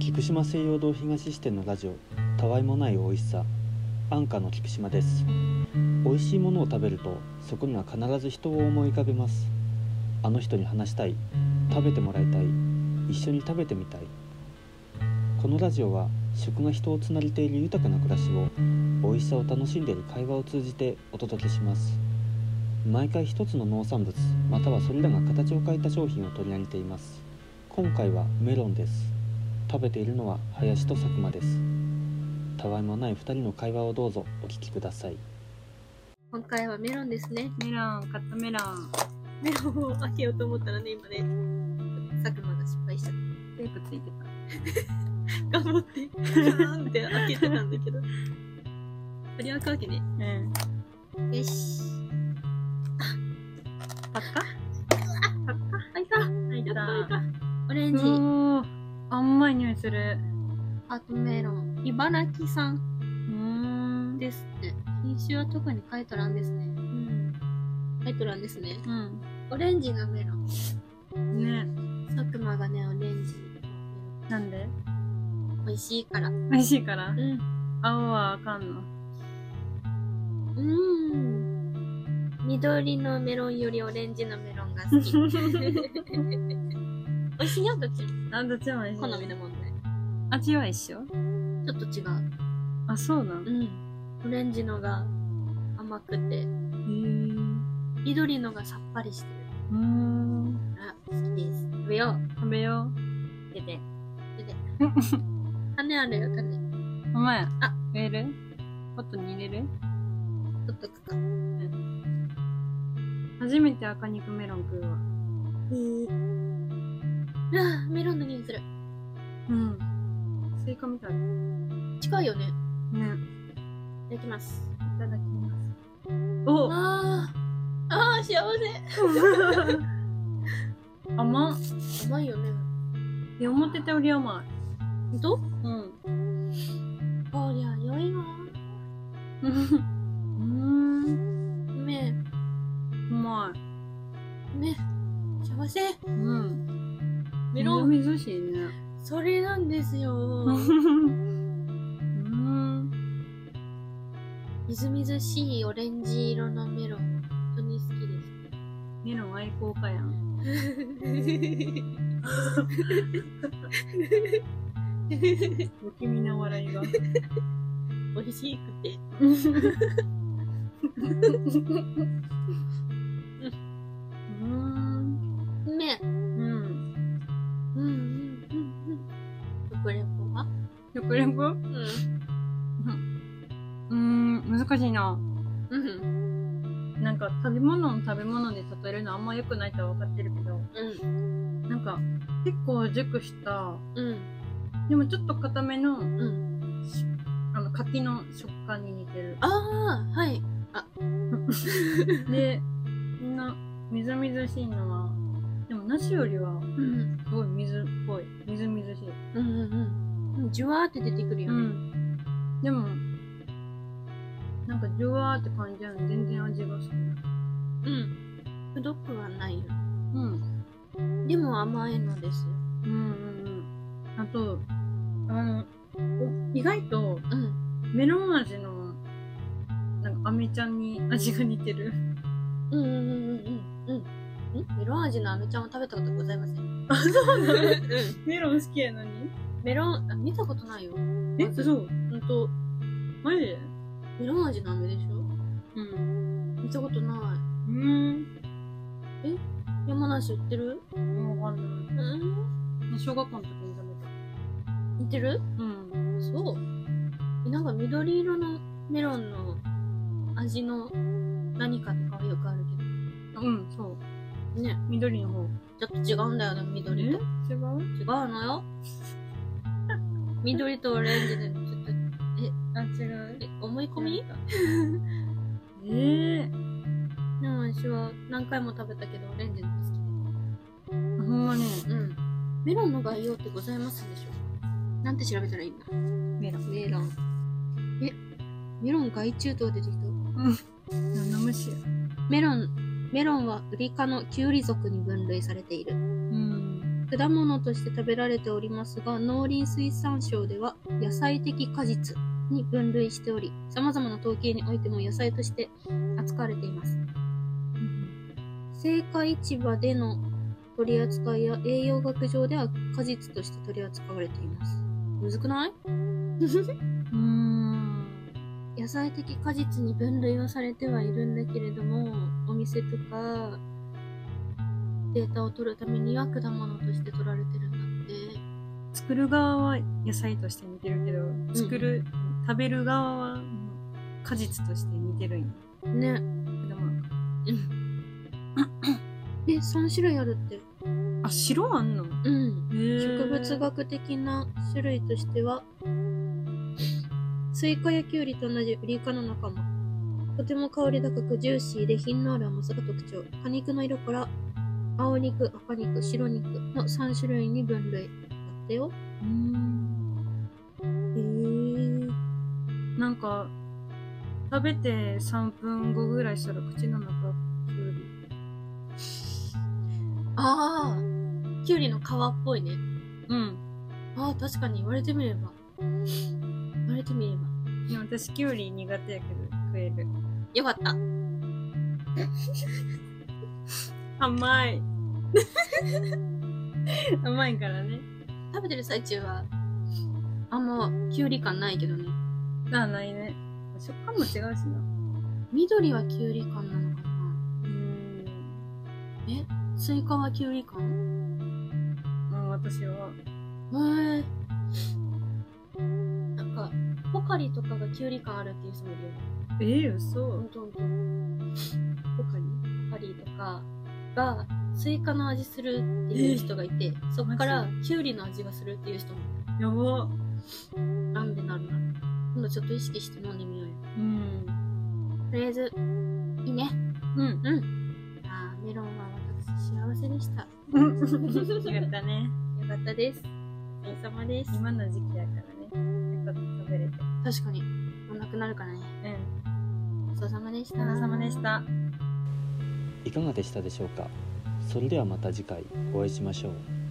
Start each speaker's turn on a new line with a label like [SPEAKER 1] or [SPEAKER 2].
[SPEAKER 1] 菊島西洋堂東支店のラジオたわいもない美味しさ安価の菊島です美味しいものを食べるとそこには必ず人を思い浮かべますあの人に話したい食べてもらいたい一緒に食べてみたいこのラジオは食が人をつなげている豊かな暮らしを美味しさを楽しんでいる会話を通じてお届けします毎回一つの農産物またはそれらが形を変えた商品を取り上げています今回はメロンです食べているのは林と佐久間ですたわいもない二人の会話をどうぞお聞きください
[SPEAKER 2] 今回はメロンですね。
[SPEAKER 3] メロン、カットメロン。
[SPEAKER 2] メロンを開けようと思ったらね、今ね、佐久間が失敗しちゃっ
[SPEAKER 3] テープついてた。
[SPEAKER 2] た。頑張って、ガーンって開けてたんだけど。とりあえず開けね。
[SPEAKER 3] うん。
[SPEAKER 2] よし。
[SPEAKER 3] パッカ
[SPEAKER 2] 開いた
[SPEAKER 3] 入っ。
[SPEAKER 2] やったた開いたオレンジ、
[SPEAKER 3] おー、甘い匂いする。
[SPEAKER 2] あとメロン。茨城産
[SPEAKER 3] うーん。
[SPEAKER 2] ですって。品種は特に書いとらんですね。
[SPEAKER 3] うん。
[SPEAKER 2] 書いとらんですね。
[SPEAKER 3] う
[SPEAKER 2] オレンジがメロン。
[SPEAKER 3] ん。ね。
[SPEAKER 2] 佐久間がね、オレンジ。
[SPEAKER 3] なんで
[SPEAKER 2] 美味しいから。うん。
[SPEAKER 3] 美味しいから
[SPEAKER 2] う。
[SPEAKER 3] 青はあかん の。
[SPEAKER 2] ーん。緑のメロンよりオレンジのメロンが好き。美味しいよ、どっちも。
[SPEAKER 3] あ、どっちも美味しい。
[SPEAKER 2] 好みの問題。
[SPEAKER 3] 味は一緒
[SPEAKER 2] ちょっと違う。
[SPEAKER 3] あ、そうなのへ
[SPEAKER 2] うん。オレンジのが甘くて、
[SPEAKER 3] ー。
[SPEAKER 2] 緑のがさっぱりしてる
[SPEAKER 3] うーん。
[SPEAKER 2] から好きです。食べよ
[SPEAKER 3] 食べよ
[SPEAKER 2] う。手で。手で。種あるよ、種。ち
[SPEAKER 3] う。お前、
[SPEAKER 2] あ、
[SPEAKER 3] 植えるポットに入れる
[SPEAKER 2] ょっとくか。
[SPEAKER 3] 初めて赤肉メロン食うわ。
[SPEAKER 2] うわメロンの匂いする。
[SPEAKER 3] うん。スイカみたい。ね。
[SPEAKER 2] 近いよね。い
[SPEAKER 3] い
[SPEAKER 2] ただきます。
[SPEAKER 3] ただきます。お
[SPEAKER 2] あーあー、幸
[SPEAKER 3] 甘っ。
[SPEAKER 2] せ。甘いよね。
[SPEAKER 3] いや思ってたより甘い。
[SPEAKER 2] ほんと
[SPEAKER 3] うん。
[SPEAKER 2] こりゃ良いわ。
[SPEAKER 3] うーん。
[SPEAKER 2] め、
[SPEAKER 3] うまい。
[SPEAKER 2] め、幸せ。
[SPEAKER 3] うん。
[SPEAKER 2] メロン、
[SPEAKER 3] みずみずしいね。
[SPEAKER 2] それなんですよ
[SPEAKER 3] う。ん。
[SPEAKER 2] みずみずしいオレンジ色のメロン、本当に好きです。
[SPEAKER 3] メロン愛好家やん。不気味な笑いが。
[SPEAKER 2] 美味しくて。
[SPEAKER 3] うん。
[SPEAKER 2] ね。
[SPEAKER 3] うん。
[SPEAKER 2] うんうんうんうん。食レポは
[SPEAKER 3] 食レポ
[SPEAKER 2] う
[SPEAKER 3] うーん、難しいな。
[SPEAKER 2] ん。うん。
[SPEAKER 3] なんか食べ物を食べ物で例えるのあんま良くないとは分かってるけど、
[SPEAKER 2] うん。
[SPEAKER 3] なんか結構熟した、
[SPEAKER 2] うん。
[SPEAKER 3] でもちょっと硬めの、
[SPEAKER 2] うん。
[SPEAKER 3] あの柿の食感に似てる。
[SPEAKER 2] ああ、はい。
[SPEAKER 3] で、みんなみずみずしいのは、でも梨よりは
[SPEAKER 2] うん。
[SPEAKER 3] すごい水っぽい。みずみずしい。
[SPEAKER 2] うんうんうん。じゅわーって出てくるよ
[SPEAKER 3] う
[SPEAKER 2] ね。
[SPEAKER 3] ん。でも、なんかジュワーって感じなの全然味が少ない。
[SPEAKER 2] うん。くどくはないよ。
[SPEAKER 3] うん。
[SPEAKER 2] でも甘いのですよ。
[SPEAKER 3] うんうんうん。あと、あの、お意外と
[SPEAKER 2] うん。
[SPEAKER 3] メロン味の、なんか、アメちゃんに味が似て
[SPEAKER 2] うんう
[SPEAKER 3] る。
[SPEAKER 2] んうんうんうん。うん。メロン味のアメちゃんを食べたことございません。
[SPEAKER 3] あ、そうなの
[SPEAKER 2] うん。
[SPEAKER 3] メロン好きやのに
[SPEAKER 2] メロン、あ見たことないよ。
[SPEAKER 3] え、そう。
[SPEAKER 2] ほんと、
[SPEAKER 3] マジで
[SPEAKER 2] メロン味の飴でしょ
[SPEAKER 3] うん。
[SPEAKER 2] 見たことな
[SPEAKER 3] うん。
[SPEAKER 2] い。山梨売ってる
[SPEAKER 3] わかんない。
[SPEAKER 2] うん。
[SPEAKER 3] 小学校の時に食べ
[SPEAKER 2] 売ってる
[SPEAKER 3] た。うん。
[SPEAKER 2] そう。えなんか緑色のメロンの味の何かとかはよくある
[SPEAKER 3] うん、そう。
[SPEAKER 2] けど。ね。
[SPEAKER 3] 緑の方。
[SPEAKER 2] ちょっと違うんだよね、緑と。
[SPEAKER 3] 違う
[SPEAKER 2] 違うの よ。緑とオレンジで、ちょっと、
[SPEAKER 3] あ、違う。
[SPEAKER 2] え思い込み
[SPEAKER 3] えー、
[SPEAKER 2] でも私は何回も食べたけど、オレンジのが好
[SPEAKER 3] ほんまね。
[SPEAKER 2] きで。うん。メロンの概要ってございますでしょうかなんて調べたらいいんだ
[SPEAKER 3] メロン。
[SPEAKER 2] メロン。え、メロン害虫と出てきた。
[SPEAKER 3] 何の虫や。
[SPEAKER 2] メロン、メロンはウリ科のキュウリ属に分類されている。
[SPEAKER 3] うん。
[SPEAKER 2] 果物として食べられておりますが農林水産省では野菜的果実に分類しておりさまざまな統計においても野菜として扱われています青果市場での取り扱いや栄養学上では果実として取り扱われていますむずくない
[SPEAKER 3] うーん
[SPEAKER 2] 野菜的果実に分類はされてはいるんだけれどもお店とかデータを取るためには果物として取られてるんだって
[SPEAKER 3] 作る側は野菜として見てるけど作る、食べる側は果実として見てるんや
[SPEAKER 2] ね
[SPEAKER 3] 果物か
[SPEAKER 2] で3種類あるって
[SPEAKER 3] あ白あんの
[SPEAKER 2] うん
[SPEAKER 3] 植
[SPEAKER 2] 植物学的な種類としてはスイカやキュウリと同じウリ科の仲間とても香り高くジューシーで品のある甘さが特徴果肉の色から青肉赤肉白肉の3種類に分類だったよ
[SPEAKER 3] へえなんか食べて3分後ぐらいしたら口の中きゅうり
[SPEAKER 2] ああキュウリの皮っぽいね
[SPEAKER 3] うん
[SPEAKER 2] ああ確かに言われてみれば言われてみれば
[SPEAKER 3] でも私きゅうり苦手やけど食える
[SPEAKER 2] よかった
[SPEAKER 3] 甘い甘いからね
[SPEAKER 2] 食べてる最中はあんまキュウリ感ないけどね
[SPEAKER 3] あないね食感も違うしな
[SPEAKER 2] 緑はキュウリ感なのかな
[SPEAKER 3] うん
[SPEAKER 2] スイカはキュウリ感
[SPEAKER 3] まあ私は
[SPEAKER 2] へえなんかポカリとかがキュウリ感あるっていう人もいるよ
[SPEAKER 3] えー、嘘
[SPEAKER 2] 本当本当ポカリポカリとかがスイカの味するっていう人がいて、そっからキュウリの味がするっていう人も
[SPEAKER 3] やば
[SPEAKER 2] なんでなるなる今度ちょっと意識して飲んでみようよ
[SPEAKER 3] うん
[SPEAKER 2] とりあえずいいね
[SPEAKER 3] うん
[SPEAKER 2] うんあーメロンは私幸せでしたよ
[SPEAKER 3] よかったね
[SPEAKER 2] かったですお疲れ様です
[SPEAKER 3] 今の時期やからねよかった食べれて
[SPEAKER 2] 確かにもうなくなるからね
[SPEAKER 3] うん
[SPEAKER 2] ごちそうさまでした
[SPEAKER 3] お疲れ様でした。
[SPEAKER 1] いかがでしたでしょうかそれではまた次回お会いしましょう